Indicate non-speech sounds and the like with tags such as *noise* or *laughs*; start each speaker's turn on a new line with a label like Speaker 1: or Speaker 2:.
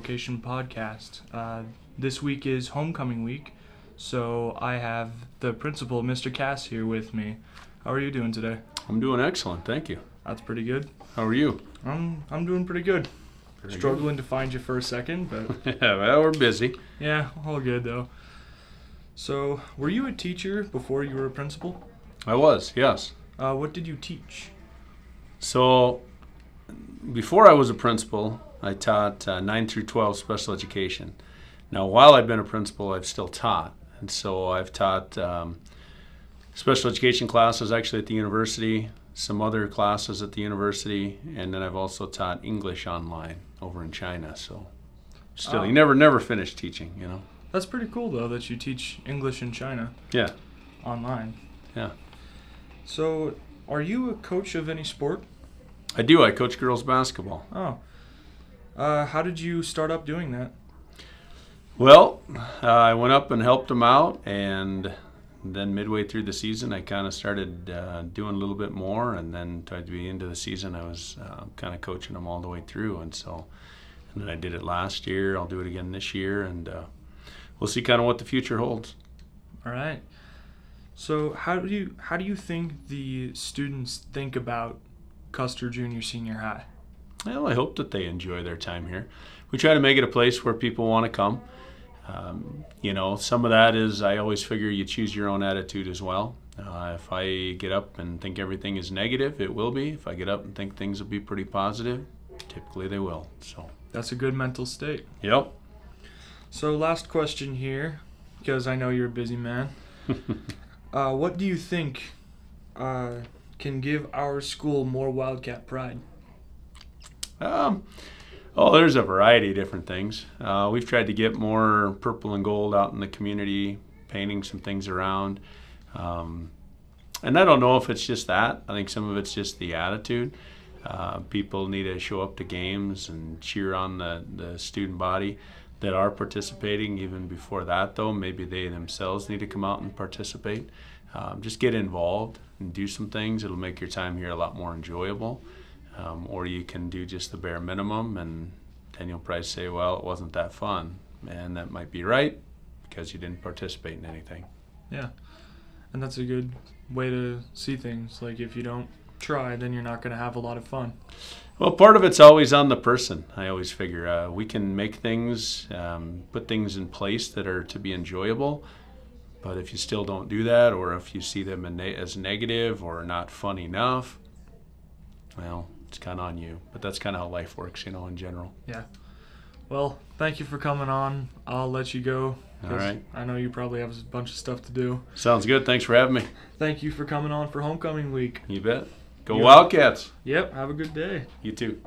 Speaker 1: Location Podcast. Uh, this week is homecoming week, so I have the principal, Mr. Cass, here with me. How are you doing today?
Speaker 2: I'm doing excellent, thank you.
Speaker 1: That's pretty good.
Speaker 2: How are you?
Speaker 1: I'm I'm doing pretty good.
Speaker 2: Very good.
Speaker 1: Struggling to find you for a second,
Speaker 2: *laughs*
Speaker 1: but
Speaker 2: yeah, *laughs* well, we're busy.
Speaker 1: yeah, all good though. So, were you a teacher before you were a principal?
Speaker 2: I was, yes.
Speaker 1: Uh, what did you teach?
Speaker 2: So, before I was a principal, I taught uh, 9 through 12 special education. Now, while I've been a principal, I've still taught. And so I've taught um, special education classes actually at the university, some other classes at the university, and then I've also taught English online over in China. So, still,
Speaker 1: Oh.
Speaker 2: you never, never finish teaching, you know?
Speaker 1: That's pretty cool though that you teach English in China
Speaker 2: Yeah.
Speaker 1: online.
Speaker 2: Yeah.
Speaker 1: So, are you a coach of any sport?
Speaker 2: I do, I coach girls basketball.
Speaker 1: Oh. Uh, how did you start up doing that?
Speaker 2: Well, uh, I went up and helped them out, and then midway through the season, I kind of started uh, doing a little bit more, and then toward the end of the season, I was uh, kind of coaching them all the way through, and so, and then I did it last year. I'll do it again this year, and uh, we'll see kind of what the future holds.
Speaker 1: All right. So how do you how do you think the students think about Custer Junior Senior High?
Speaker 2: Well, I hope that they enjoy their time here. We try to make it a place where people want to come. Um, you know, some of that is I always figure you choose your own attitude as well. Uh, if I get up and think everything is negative, it will be. If I get up and think things will be pretty positive, typically they will. So,
Speaker 1: That's a good mental state.
Speaker 2: yep.
Speaker 1: So last question here, because I know you're a busy man. uh, what do you think uh, can give our school more Wildcat pride?
Speaker 2: Um, oh, there's a variety of different things. Uh, we've tried to get more purple and gold out in the community, painting some things around. Um, and I don't know if it's just that. I think some of it's just the attitude. Uh, people need to show up to games and cheer on the, the student body that are participating. Even before that, though, maybe they themselves need to come out and participate. Um, just get involved and do some things. It'll make your time here a lot more enjoyable um, or you can do just the bare minimum and then you'll probably say well it wasn't that fun and that might be right because you didn't participate in anything
Speaker 1: And that's a good way to see things. Like if you don't try, then you're not going to have a lot of fun.
Speaker 2: well part of it's always on the person i always figure uh, we can make things um, put things in place that are to be enjoyable but if you still don't do that or if you see them in ne- as negative or not fun enough well it's kind of on you but that's kind of how life works you know in general
Speaker 1: Well, thank you for coming on. I'll let you go.
Speaker 2: all
Speaker 1: 'Cause
Speaker 2: right
Speaker 1: I know you probably have a bunch of stuff to do.
Speaker 2: sounds good thanks for having me
Speaker 1: Thank you for coming on for homecoming week.
Speaker 2: You bet. Go
Speaker 1: Yeah.
Speaker 2: Wildcats.
Speaker 1: Yep, have a good day.
Speaker 2: You too.